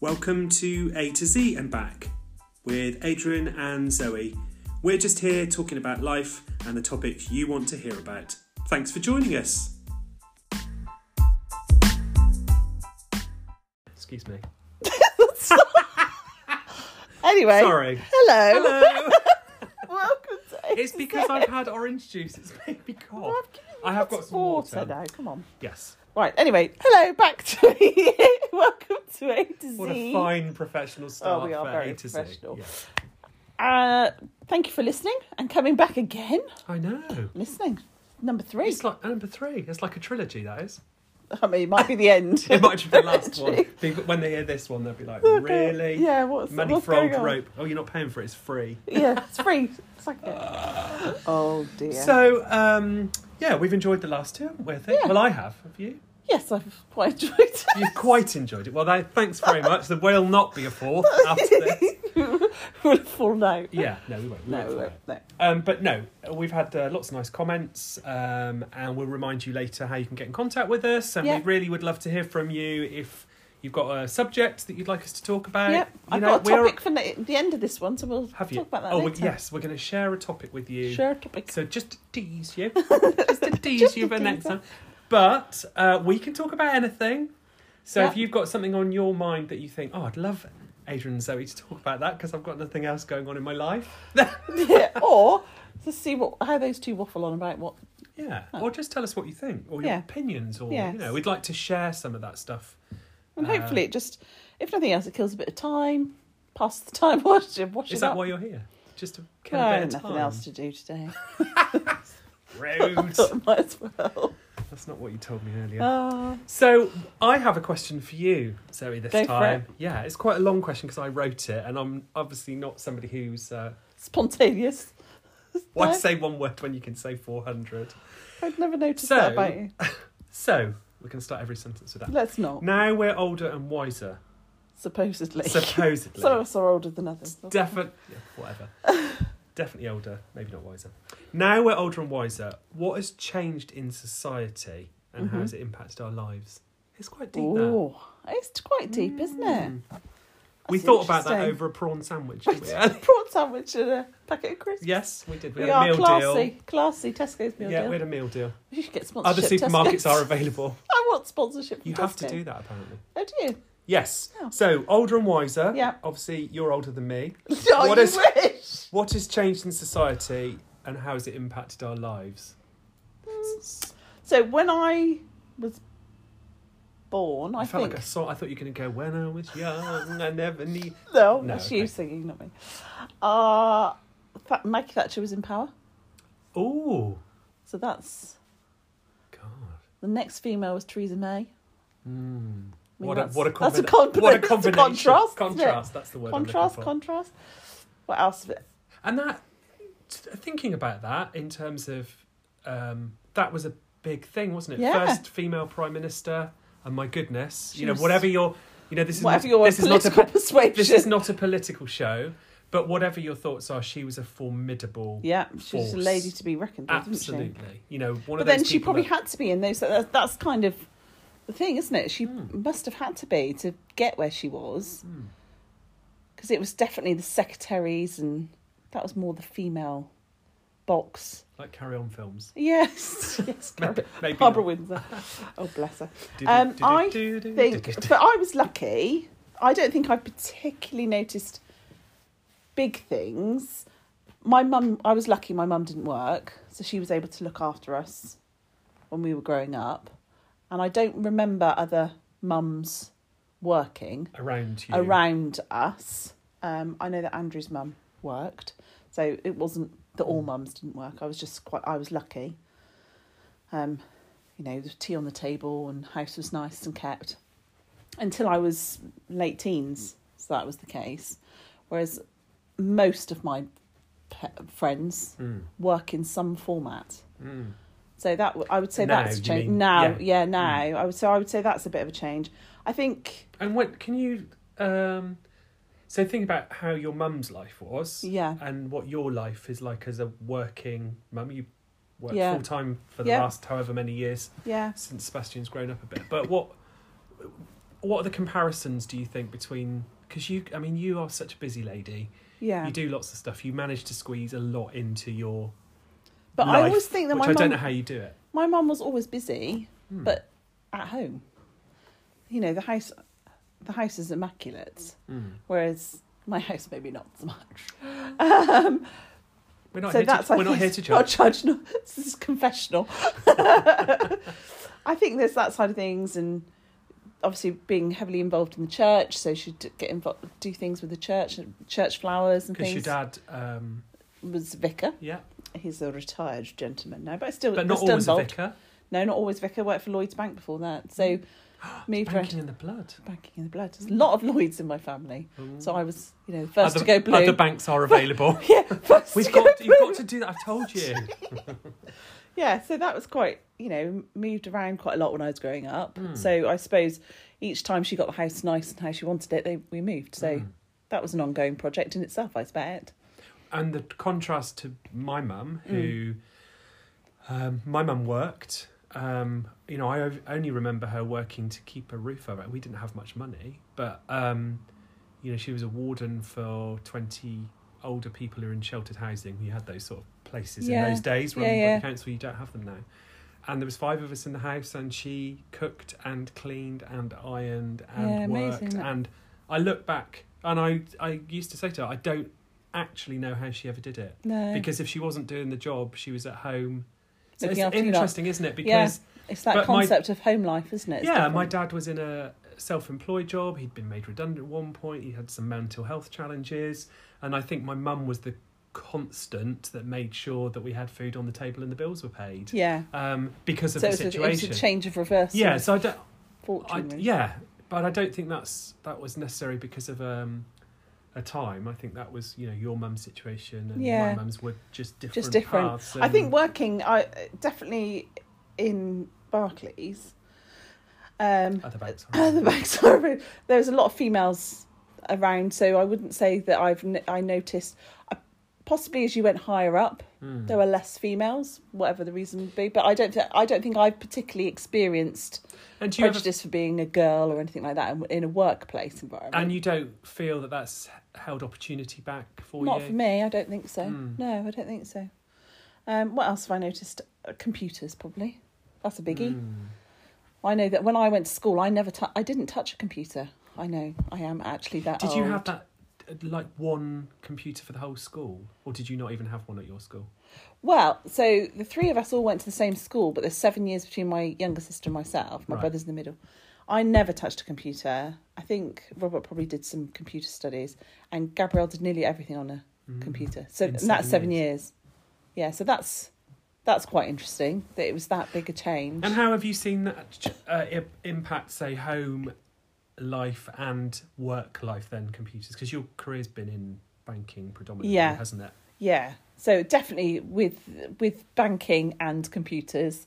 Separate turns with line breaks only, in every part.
Welcome to A to Z and Back with Adrian and Zoe. We're just here talking about life and the topics you want to hear about. Thanks for joining us.
Excuse me.
Anyway,
Sorry.
hello.
Hello.
Welcome to
It's because I've had orange juice. It's made me cough.
I've given you
I have
lots
got
of
some water.
now. Come on.
Yes.
Right. Anyway, hello. Back to welcome to A to Z.
What a fine professional start
Oh, we are
for
very
A to Z.
professional.
Yeah.
Uh, thank you for listening and coming back again.
I know.
Listening number three.
It's like number three. It's like a trilogy, that is.
I mean, it might be the end.
It might be the last one.
Literally.
Be- When they hear this one, they'll be like,
Look, uh,
really?
Yeah. What's
Money
what's
frog
going on?
rope. Oh, you're not paying for it. It's free.
Yeah, it's free. It's like a... oh dear.
So, um, yeah, we've enjoyed the last two, haven't we? I think.
Yeah.
Well, I have. Have you?
yes, I've quite enjoyed it.
You've quite enjoyed it. Well, tha- thanks very much. There will not be a fourth after this.
We'll fall now.
Yeah, no, we won't. We
No,
won't
we
fly
won't,
out.
no.
Um, but no, we've had uh, lots of nice comments, um, and we'll remind you later how you can get in contact with us. And
Yeah.
we really would love to hear from you if you've got a subject that you'd like us to talk about.
Yep,
You
I've
know,
got a
we're-
topic for na- the end of this one, so we'll
Have you?
talk about that
oh, we-
later.
yes, we're going to share a topic with you.
Share a topic.
So just to tease you, just to tease
Just
you
to
for next
tease her.
time. But uh, we can talk about anything. So if
Yep.
you've got something on your mind that you think, oh, I'd love Adrian and Zoe to talk about that because I've got nothing else going on in my life.
yeah, or to see what how those two waffle on about what.
Yeah,
Oh.
or just tell us what you think, or your
Yeah.
opinions, or
Yes.
you know, we'd like to share some of that stuff.
And
Uh,
hopefully, it just if nothing else, it kills a bit of time. Pass the time. Watch it. Watch
Is
it
that
up.
why you're here? Just to kill
No,
a bit of
nothing
time.
else to do today.
Rude.
Might as well.
That's not what you told me earlier.
Ah,
so I have a question for you, Zoe. This
Go for
time, yeah, it's quite a long question because I wrote it, and I'm obviously not somebody who's. Uh,
spontaneous.
why
No.
say one word when you can say four hundred?
I'd never noticed
So-
that about you.
So we can start every sentence with that.
Let's not.
Now we're older and wiser,
Supposedly.
supposedly.
Some of us are older than others.
Definitely, whatever. Definitely older, maybe not wiser. Now we're older and wiser. What has changed in society, and
Mm-hmm.
how has it impacted our lives? It's quite deep. That.
Oh, it's quite deep, isn't it?
Mm. We
That's
thought about that
interesting.
over a prawn sandwich. Didn't we?
It's a prawn sandwich and a packet of crisps.
yes, we did. We,
we,
had a
are
meal
classy,
deal.
classy. Tesco's meal
yeah,
deal.
we had a meal deal.
You should get
Other
sponsorship.
supermarkets
Tesco.
are available.
I want sponsorship. From
You have to
Tesco.
do that apparently.
Oh, do you?
Yes.
Oh.
So older and wiser.
Yeah.
Obviously, you're older than me.
Oh,
What
you
is-
wish.
What has changed in society, and how has it impacted our lives?
Hmm, So when I was born, I,
I, felt
think
like a song. I thought you were going to go, When I was young, I never need.
no,
No,
that's
okay.
you singing, not me. Uh, Th- Maggie Thatcher was in power,
Oh,
so that's
God. Hmm.
the next female was Theresa May. I mean,
what, a,
that's-
what a
that's a
combina-
compliment.
What a
That's a
combination.
contrast, isn't it?
Contrast, that's the word. I'm looking
Contrast,
for.
contrast. What else? Of it?
and that, t- thinking about that in terms of, um, that was a big thing, wasn't it?
Yeah.
First female prime minister, and my goodness,
She
you know,
was-
whatever your, you know, this is
Whatever
not,
your
this is not a
political persuasion.
this is not a political show, but whatever your thoughts are, she was a formidable.
yeah, she was a
force.
lady to be reckoned with,
Absolutely,
wasn't she?
you know, one
But
of those
then she
people
probably
that-
had to be in those. That's, that's kind of the thing, isn't it? She
Hmm.
must have had to be to get where she was, because it was definitely the secretaries, and that was more the female box.
like carry on films.
Yes, yes,
Maybe-
Barbara,
maybe
Barbara
not.
Windsor. Oh, bless her.
Do-do,
Um,
do-do,
I
do-do,
think,
do-do, do-do.
but I was lucky. I don't think I particularly noticed big things. My mum, I was lucky. My mum didn't work, so she was able to look after us when we were growing up, and I don't remember other mums working
around you.
around us. Um, I know that Andrew's mum worked, so it wasn't that all
Mm.
mums didn't work. I was just quite, I was lucky. Um, you know, the tea on the table and house was nice and kept until I was late teens, so that was the case. Whereas most of my pe- friends
Mm.
work in some format.
Mm.
So that w- I would say
Now,
that's a
you
change.
mean?
Now,
Yeah. Mm.
yeah, now I would so I would say that's a bit of a change. I think,
And what can you? Um, so think about how your mum's life was,
yeah,
and what your life is like as a working mum. You worked
Yeah.
full time for the
Yeah.
last however many years
yeah.
since Sebastian's grown up a bit. But what? what are the comparisons do you think between? Because you, I mean, you are such a busy lady.
Yeah.
You do lots of stuff. You manage to squeeze a lot into your.
But I
life,
always think that
which
my
I don't know
mum
how you do it.
my mum was always busy
Hmm.
But- at home. You know, the house the house is immaculate.
Hmm.
Whereas my house maybe not so much. Um,
we're not
so
here
that's
to,
I
we're not
think
here to judge.
not judge. No, this is confessional. I think there's that side of things, and obviously being heavily involved in the church, so she d- get involved, do things with the church, church flowers and
Because your dad,
things.
um,
was vicar.
yeah,
He's a retired gentleman now, but still,
but not
still
always a
involved.
vicar.
No, not always vicar. Worked for Lloyd's Bank before that, so moved around.
Mm. Banking in the blood.
Banking in the blood. There's a lot of Lloyd's in my family, so I was, you know, the
Mm.
first
other,
to go blue.
Other banks are available.
yeah, first
We've
to go
got, you've
blue.
got to do that. I've told you.
yeah, so that was quite, you know, moved around quite a lot when I was growing up.
Mm.
So I suppose each time she got the house nice and how she wanted it, they we moved. So
Mm.
that was an ongoing project in itself, I expect.
and the contrast to my mum,
Mm.
who um, my mum worked. Um, you know, I ov- only remember her working to keep a roof over. We didn't have much money, but um, you know, she was a warden for twenty older people who are in sheltered housing. We had those sort of places
Yeah.
in those days. Run
Yeah,
by
yeah.
the council, you don't have them now. And there was five of us in the house, and she cooked and cleaned and ironed and
Yeah, amazing,
worked
that.
and I look back and I, I used to say to her, I don't actually know how she ever did it.
No,
Because if she wasn't doing the job, she was at home. So
Looking
it's
after your lot.
interesting, isn't it?
Yeah,
Because
it's that
but my-
concept of home life, isn't it?
yeah,
It's
my
different.
dad was in a self employed job. He'd been made redundant at one point. He had some mental health challenges. And I think my mum was the constant that made sure that we had food on the table and the bills were paid.
Yeah,
Um, because of
so
the
it's a, it's
situation.
a change of reverse.
yeah, so I don't, I,
fortune. really.
yeah, but I don't think that's that was necessary because of um, a time. I think that was you know your mum's situation and
Yeah.
my mum's were just different.
Just different.
Paths
I think
and-
working, I definitely in Barclays. Um,
Other banks.
Uh, the banks are rude. There was a lot of females around, so I wouldn't say that I've n- I noticed. Uh, Possibly as you went higher up,
Mm.
there were less females, whatever the reason would be. But I don't, th- I don't think I've particularly experienced
And do you ever,
prejudice for being a girl or anything like that in, in a workplace environment.
and you don't feel that that's held opportunity back for
Not
you.
for me, I don't think so.
Mm.
No, I don't think so. Um, what else have I noticed? Uh, computers, probably. That's a biggie.
Mm.
I know that when I went to school, I never, tou- I didn't touch a computer. I know, I am actually that.
Did you
old.
have that uh, like one computer for the whole school, or did you not even have one at your school?
Well, so the three of us all went to the same school, but there's seven years between my younger sister and myself. My
Right.
brother's in the middle. I never touched a computer. I think Robert probably did some computer studies, and Gabrielle did nearly everything on a
Mm.
computer. So
In
and that's
seven
seven years. Yeah, so that's that's quite interesting that it was that big a change.
And how have you seen that ch- uh, i- impact, say, home life and work life then computers? Because your career's been in banking predominantly,
Yeah.
hasn't it?
Yeah. So definitely with with banking and computers,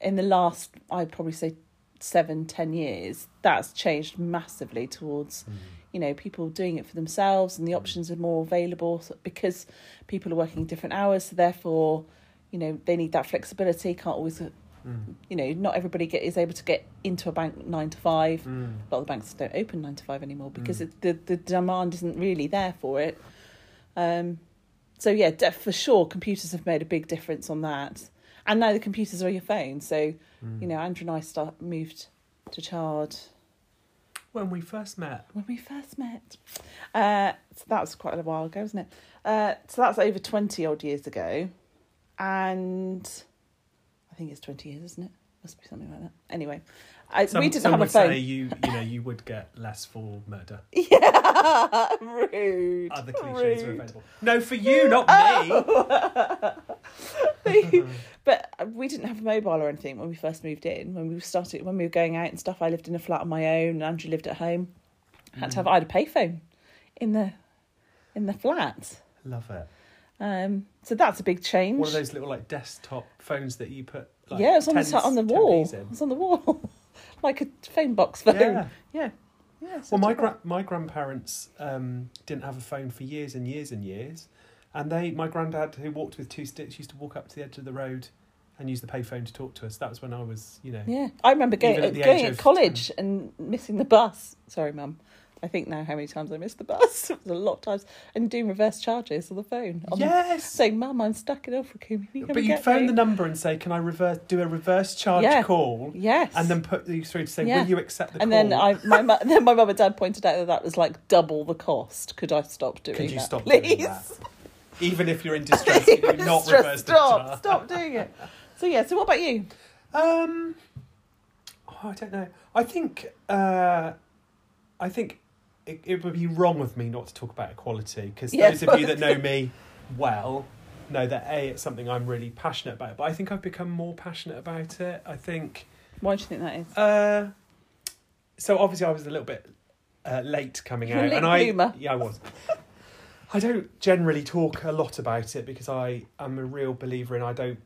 in the last I'd probably say seven, ten years, that's changed massively towards, you know, people doing it for themselves and the options are more available so- because people are working different hours, so therefore, you know, they need that flexibility, can't always
Mm.
you know, not everybody get, is able to get into a bank nine to five.
Mm.
A lot of the banks don't open nine to five anymore because
Mm.
it, the the demand isn't really there for it. Um, so yeah, def- for sure, computers have made a big difference on that. And now the computers are on your phone, so
Mm.
you
Hmm.
know Andrew and I start moved to Chard
When we first met,
when we first met. Uh, so that was quite a while ago, wasn't it? Uh, so that's over twenty odd years ago, and I think it's twenty years, isn't it? Must be something like that. Anyway, I,
some,
we didn't
some
have a
would
phone.
say you, you know, you would get less for murder.
Yeah, rude.
Other cliches were
rude.
available. No, for you, not
Oh.
me.
but we didn't have a mobile or anything when we first moved in. When we started, when we were going out and stuff, I lived in a flat on my own. and Andrew lived at home. I had to have
Mm.
I had a payphone in the in the flat.
Love it.
Um, so that's a big change.
One of those little like desktop phones that you put. Like,
yeah, it was on the
tens-
si- on the
10p
wall.
in.
It was on the wall, like a phone box phone.
Yeah.
yeah. Yeah, so
Well, my
it's quite-
gra- my grandparents um, didn't have a phone for years and years and years, and they my granddad who walked with two sticks used to walk up to the edge of the road and used the payphone to talk to us. That was when I was, you know,
Yeah, I remember going,
Even at the
going
age
at
of
college and missing the bus. Sorry, mum. I think now how many times I missed the bus. it was a lot of times. And doing reverse charges on the phone. On
yes.
Saying, mum, I'm stuck in Ilfracombe. You
but you'd phone the number and say, "Can I reverse do a reverse charge
Yeah.
call?"
Yes.
And then put you through to say,
Yeah.
"Will you accept the
and
call?"
then I, my mu- then my mum and dad pointed out that that was like double the cost. Could I stop doing
Could you
that,
stop
please?
doing that? Even if you're in distress, you do not
Just
reverse the
stop,
charge.
stop doing it. So yeah. So what about you?
Um, oh, I don't know. I think uh, I think it, it would be wrong of me not to talk about equality because
Yes.
those of you that know me well know that a it's something I'm really passionate about. But I think I've become more passionate about it. I think.
Why do you think that is?
Uh, so obviously I was a little bit uh, late coming
You're a
out,
late
and I
bloomer.
yeah I was. I don't generally talk a lot about it because I am a real believer in I don't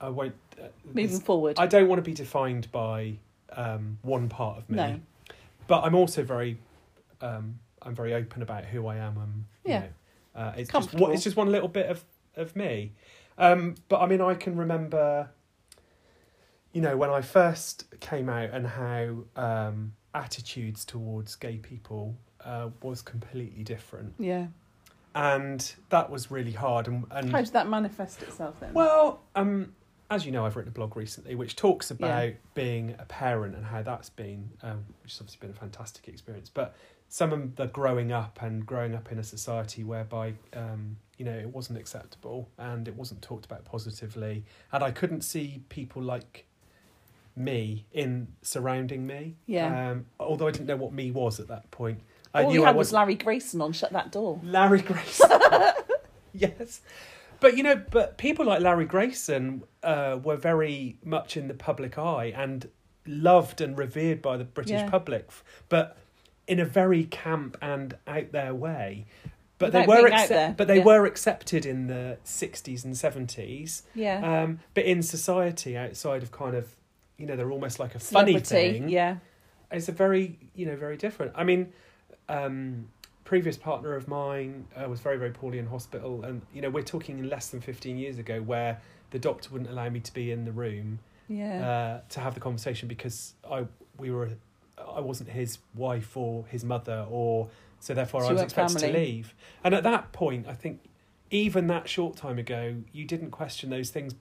I won't uh,
Moving forward.
I don't want to be defined by um, one part of me,
No.
but I'm also very um, I'm very open about who I am. Um, you
Yeah.
know, uh, it's just
Comfortable.
what it's just one little bit of of me. Um, but I mean, I can remember, you know, when I first came out and how um, attitudes towards gay people uh, was completely different,
yeah.
and that was really hard. And, and
How did that manifest itself then?
well, um, as you know, I've written a blog recently which talks about
Yeah.
being a parent and how that's been, um, which has obviously been a fantastic experience. But some of the growing up and growing up in a society whereby, um, you know, it wasn't acceptable and it wasn't talked about positively, and I couldn't see people like me in surrounding me.
Yeah.
Um, although I didn't know what me was at that point. I
all
knew
you
I
had was
was
Larry Grayson on Shut That Door.
Larry Grayson. yes. But you know, but people like Larry Grayson uh, were very much in the public eye and loved and revered by the British
Yeah.
public, f- but in a very camp and out there way. But they
Without
were
being out
accep-
there,
but they
yeah.
were accepted in the sixties and seventies.
Yeah.
Um, but in society, outside of kind of, you know, they're almost like a funny
Celebrity,
thing
Yeah.
it's a very you know very different i mean um previous partner of mine uh, was very very poorly in hospital and you know we're talking less than 15 years ago where the doctor wouldn't allow me to be in the room
Yeah.
uh, to have the conversation because i we were i wasn't his wife or his mother or so therefore
So
i
you
was
weren't
expected to
family.
leave and at that point i think even that short time ago you didn't question those things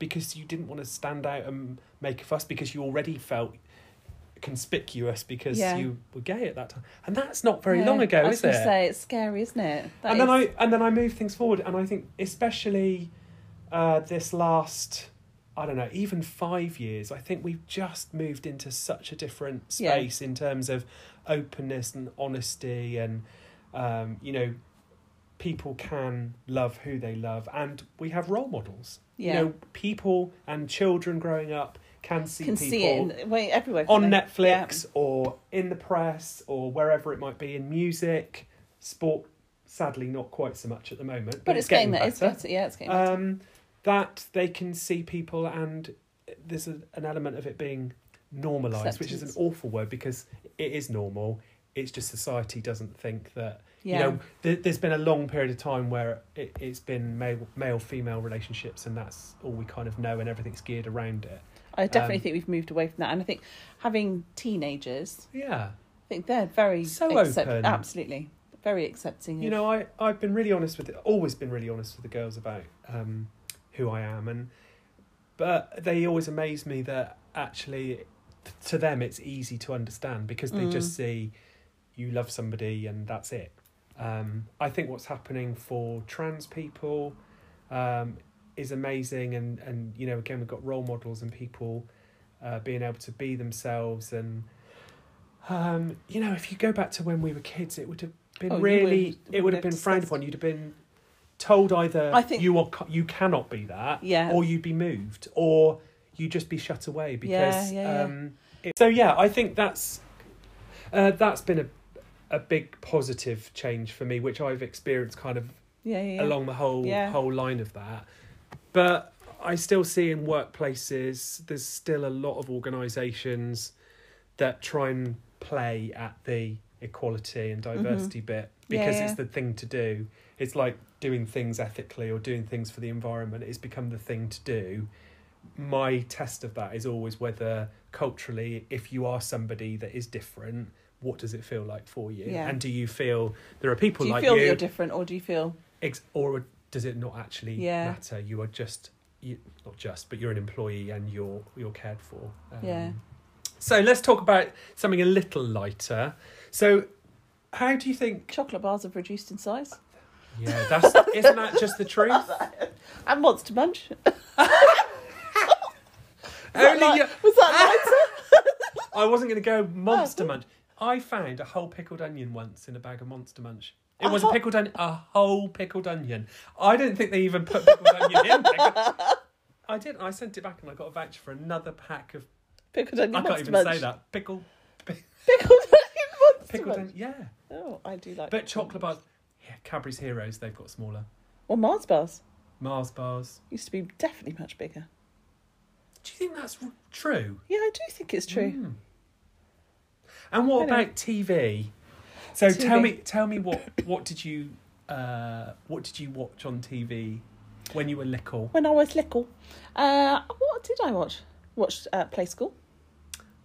because you didn't want to stand out and make a fuss because you already felt conspicuous because
Yeah.
you were gay at that time and that's not very
Yeah.
long ago
I was
is
gonna
it
say it's scary, isn't it? That
and then
is-
I and then I move things forward, and I think especially uh, this last, I don't know, even five years, I think we've just moved into such a different
Yeah.
space in terms of openness and honesty, and um, you know, people can love who they love, and we have role models.
Yeah.
You know, people and children growing up can see
can
people
see it in, wait, everywhere
on
can't they?
Netflix or in the press or wherever it might be in music, sport. Sadly, not quite so much at the moment, but,
But it's getting there.
better.
It's better. Yeah, it's getting better.
Um, that they can see people, and there's a, an element of it being normalised, which is an
Acceptance.
awful word because it is normal. It's just society doesn't think that
yeah.
you know. Th- there's been a long period of time where it, it's been male male female relationships, and that's all we kind of know, and everything's geared around it.
I definitely
um,
think we've moved away from that, and I think having teenagers,
Yeah.
I think they're very
So open.
Absolutely, very accepting.
You
of-
know, I, I've been really honest with, always been really honest with the girls about um, who I am, and but they always amaze me that actually, to them, it's easy to understand because they
Mm.
just see you love somebody and that's it. Um, I think what's happening for trans people um, is amazing, and and you know, again, we've got role models and people uh, being able to be themselves and. Um, you know, if you go back to when we were kids, it would have been
Oh, you
really,
would-
it would have been frowned upon. You'd have been told either
I think-
you are, ca- you cannot be that,
Yeah.
or you'd be moved, or you'd just be shut away because.
yeah, yeah.
Um, it, so yeah, I think that's uh, that's been a a big positive change for me, which I've experienced kind of
yeah, yeah, yeah.
along the whole
Yeah.
whole line of that. But I still see in workplaces there's still a lot of organisations that try and play at the equality and diversity bit
Mm-hmm. Yeah,
because it's the
yeah.
thing to do. It's like doing things ethically or doing things for the environment. It's become the thing to do my test of that is always whether culturally, if you are somebody that is different, what does it feel like for you?
Yeah.
And do you feel there are people
Do you
like
feel that
you,
you're different, or do you feel
ex- or does it not actually
Yeah.
matter? You are just you, not just, but you're an employee and you're you're cared for. Um,
Yeah.
So let's talk about something a little lighter. So, how do you think?
chocolate bars have reduced in size
Yeah, that's isn't that just the truth?
and Monster Munch? Was that
Only
li-
your-
was that lighter?
I wasn't going to go Monster
Oh.
Munch. I found a whole pickled onion once in a bag of Monster Munch. It
A
was a
whole-
pickled onion, a whole pickled onion. I don't think they even put pickled onion in. Pickled... I did. I sent it back and I got a voucher for another pack of.
Pickled onion
I can't
Monster
even
Munch.
say that. Pickle,
Pickled onion Monster
pickled
Munch.
onion. Yeah,
Oh, I do like.
but chocolate bars. Yeah, Cadbury's Heroes. They've got smaller.
Or Mars bars
Mars bars.
used to be definitely much bigger.
Do you think that's r- true?
Yeah, I do think it's true.
Mm. And what
Anyway.
about TV? So
TV.
tell me, tell me what what did you uh, what did you watch on TV when you were little?
When I was little, uh, what did I watch? Watched uh, Play School.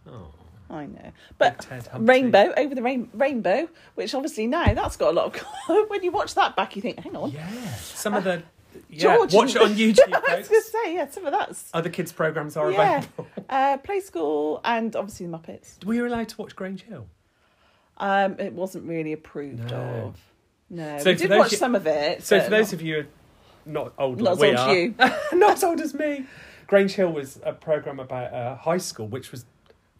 Oh,
I know, but
Ted Humpty.
Rainbow over the rain- rainbow, which obviously now that's got a lot of. when you watch that back, you think, hang on,
Yeah, some of the yeah.
George
Watch it on
and-
YouTube.
I was
folks.
going to say, yeah, some of that's
Other kids' programs are
Yeah.
available.
uh, Play School and obviously the Muppets.
We were allowed to watch Grange Hill.
Um, it wasn't really approved
No.
of. No,
So
we
for
did
those
watch
you-
some of it.
So
but
for those
not,
of you not old
not
like
as
we
old as
are,
you,
not as old as me, Grange Hill was a program about uh, high school, which was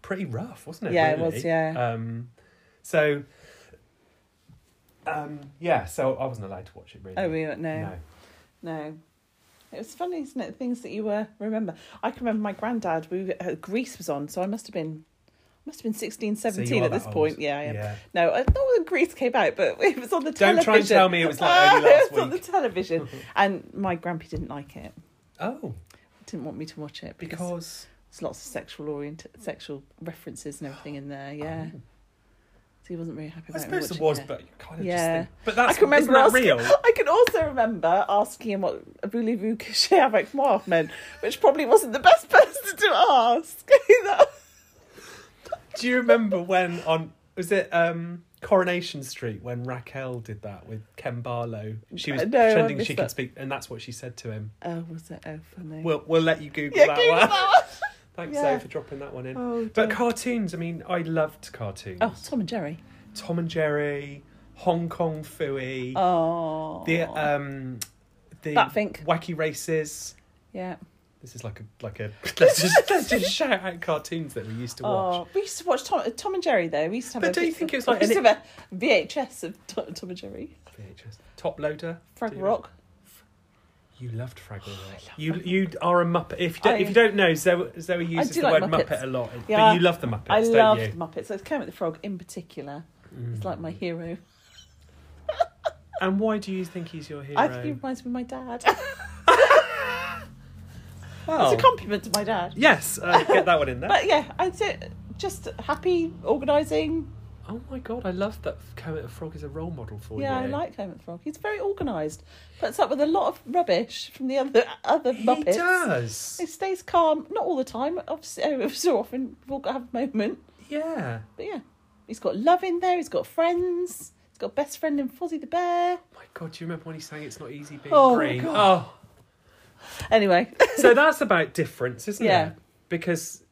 pretty rough, wasn't it?
yeah, it
really?
was, yeah.
Um, so, um, yeah, so I wasn't allowed to watch it really.
oh, we no,
No.
no, no. It was funny, isn't it? Things that you uh, remember. I can remember my granddad. We uh, Greece was on, so I must have been, must have been 16,
So you
17
are
at
that
this
old.
point. Yeah, I am. No, I not when Greece came out, but it was on the television.
Don't try and tell me it was like only
it
last
was on the
week.
television, and my grandpa didn't like it.
Oh,
Didn't want me to watch it because,
because
there's lots of sexual orient, sexual references and everything in there. Yeah,
Oh.
so he wasn't really happy.
I
About me
suppose it
watching
was,
it.
but you kind of
Yeah.
just think. But that's
I can remember
isn't that
asking-
real.
I can also remember asking him what a voulez vous que j'ai avec moi meant, which probably wasn't the best person to ask. either.
Do you remember when on was it um, Coronation Street when Raquel did that with Ken Barlow? She was
Uh, no, I
pretending she
missed
could
that.
speak, and that's what she said to him.
oh, was it? Oh, funny.
We'll we'll let you Google
yeah,
that
Google
one.
that one.
Thanks,
Yeah.
Zoe, for dropping that one in.
Oh,
but
dear.
cartoons, I mean, I loved cartoons.
oh, Tom and Jerry.
Tom and Jerry, Hong Kong Fooey,
Oh,
the um, the
Batfink.
Wacky Races.
yeah.
This is like a like a let's just let's just shout out cartoons that we used to watch.
Oh, we used to watch Tom, uh, Tom and Jerry though. We used to have.
But
a
do you
bit-
think it was like
we used
an-
to have a VHS of Tom, Tom and Jerry?
VHS. Top Loader.
Frag
Do you-
Rock.
You loved Oh, Fraggle Rock.
love
You you are a Muppet. If you don't,
I-
if you don't know, Zoe, Zoe uses
do
the
like
word
Muppets.
Muppet a lot.
Yeah,
but you love the Muppets,
I
don't
loved
you? Mm. Mm-hmm.
Muppets. So Kermit the Frog in particular. It's like my hero.
And why do you think he's your hero?
I think he reminds me of my dad.
Well,
It's a compliment to my dad.
yes, uh, get that one in there.
But yeah, I'd say just happy organising.
Oh my god, I love that Kermit the Frog is a role model for
yeah, I
you.
like Kermit the Frog. He's very organised. Puts up with a lot of rubbish from the other other
He
Muppets.
does.
He stays calm, not all the time. Obviously, uh, so often we've all got to have a moment.
Yeah.
But yeah, he's got love in there. He's got friends. He's got best friend in Fozzie the Bear.
My god, do you remember when he sang "It's Not Easy Being
Oh my
Green"?
God. Anyway,
Oh, so that's about difference, isn't
Yeah.
it? Because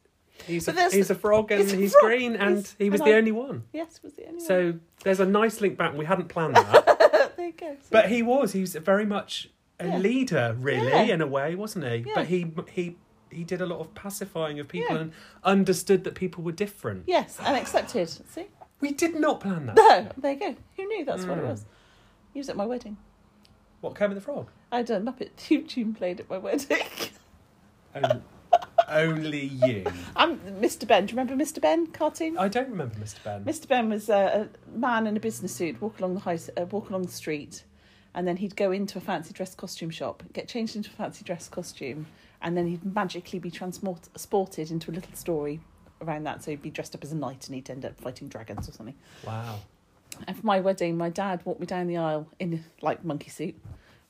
he's a,
But there's-
he's a frog and
he's
he's,
a frog.
green, and
He's-
he was
and
the
I-
only one.
yes, was the only one.
So there's a nice link back. and We hadn't planned that,
So there you go. So-
but he was. He was very much a
Yeah.
leader, really,
Yeah.
in a way, wasn't he?
Yeah.
But he he he did a lot of pacifying of people
Yeah.
and understood that people were different.
yes, and accepted. See,
We did not plan that.
no, there you go. Who knew that's what it
Mm.
was? He was at my wedding.
What Kermit the Frog?
I had a Muppet theme tune played at my wedding.
Only, only you.
I'm Mr. Ben. Do you remember Mr. Ben cartoon?
I don't remember Mr. Ben.
Mr. Ben was a, a man in a business suit walk along the high, uh, walk along the street, and then he'd go into a fancy dress costume shop, get changed into a fancy dress costume, and then he'd magically be transported into a little story around that. So he'd be dressed up as a knight, and he'd end up fighting dragons or something.
Wow.
And for my wedding, my dad walked me down the aisle in like monkey suit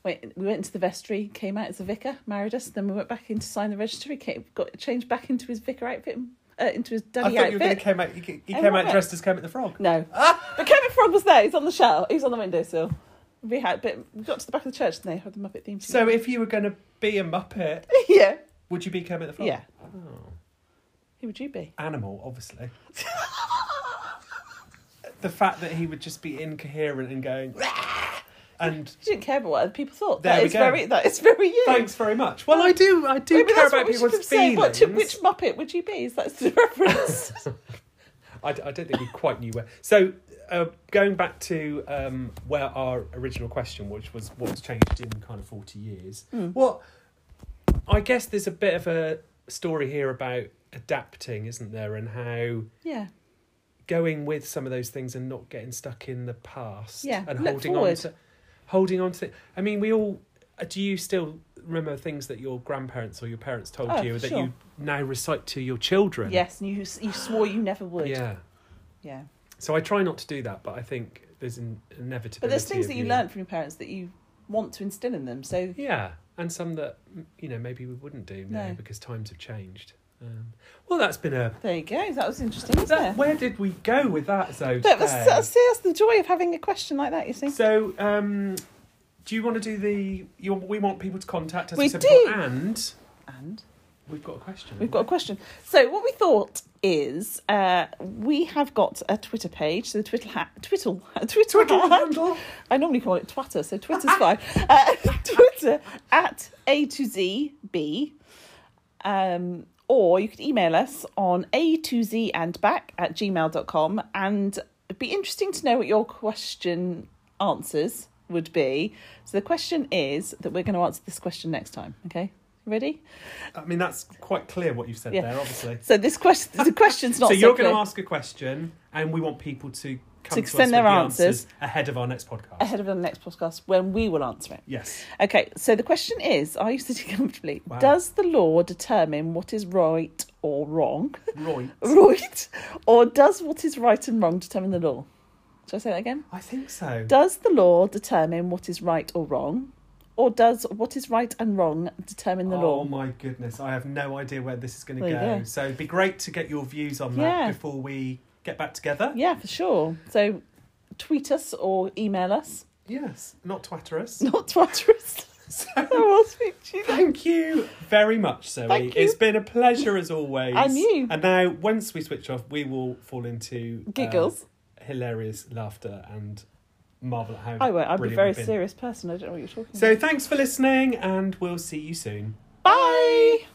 Wait, we went into the vestry, came out as a vicar, married us. Then we went back in to sign the registry, came, got changed back into his vicar outfit, uh, into his
I
daddy
thought you were going
outfit.
to came out. He, he
I
came
love
out
it.
dressed as Kermit the Frog.
No, but Kermit Frog was there. He's on the shell. He's on the windowsill. We had, but we got to the back of the church and they had the Muppet theme.
So
tune.
if you were going to be a Muppet,
yeah,
would you be Kermit the Frog?
yeah.
Oh.
Who would you be?
Animal, obviously. the fact that he would just be incoherent and going, "Rah!" and
You didn't care about what other people thought.
There
that
we
is
go.
very that is very you.
thanks very much. Well, I do, I do
Maybe
care
that's
about
what we should
people's
say.
feelings.
What to- which Muppet would you be? Is that the reference?
I, d- I don't think we quite knew where. So, uh, going back to um, where our original question, which was what's changed in kind of 40 years,
Hmm.
what I guess there's a bit of a story here about adapting, isn't there, and how
yeah,
going with some of those things and not getting stuck in the past
Yeah,
and
look
holding on
forward.
to holding on to I mean we all uh, do you still remember things that your grandparents or your parents told
Oh,
you that
sure.
you now recite to your children
yes. And you you swore you never would.
yeah
yeah.
so I try not to do that but I think there's an inevitability
But there's things
of
that you learn from your parents that you want to instill in them. So
yeah and some that m- you know maybe we wouldn't do now
No.
because times have changed um, well that's been a
there you go. That was interesting, wasn't
that,
it?
where did we go with that Zoe
That was,
today?
that's, see, that's the joy of having a question like that. You see,
So, um, do you want to do the? You, we want people to contact us.
We
and say people-
do.
and
and
we've got a question.
We've got a question. So what we thought is uh, we have got a Twitter page. So the Twitter ha- Twitter Twitter
Twitter
hat.
handle.
I normally call it Twitter, so Twitter's fine. Uh, Twitter at A to Z B. Um, or you could email us on A to Z and back at gmail.com. And it'd be interesting to know what your question answers would be. So the question is that we're going to answer this question next time. Okay, ready?
I mean, that's quite clear what you've said
Yeah.
there, obviously.
So this question, the question's not
so you're
clear.
going to ask a question, and we want people to come
To
to us
send their
with the
answers.
ahead of our next podcast.
ahead of the next podcast when we will answer it.
yes.
Okay, so the question is Are you sitting comfortably?
Wow.
Does the law determine what is right or wrong?
Right.
right? Or does what is right and wrong determine the law? Shall I say that again?
I think so.
Does the law determine what is right or wrong? Or does what is right and wrong determine the
oh
law?
my goodness, I have no idea where this is going to
There you
go.
go.
So it'd be great to get your views on
Yeah.
that before we get back together.
Yeah, for sure. So tweet us or email us,
Yes, not twitter us.
not Twitter us.
So-
I will speak to you then.
Thank you very much, Zoe.
Thank you.
It's been a pleasure as always.
And you.
And now, once we switch off, we will fall into uh,
Giggles.
hilarious laughter, and marvel at how.
I won't. I'm a
brilliant
very
we've been.
serious person. I don't know what you're talking about.
So, thanks for listening, and we'll see you soon.
Bye.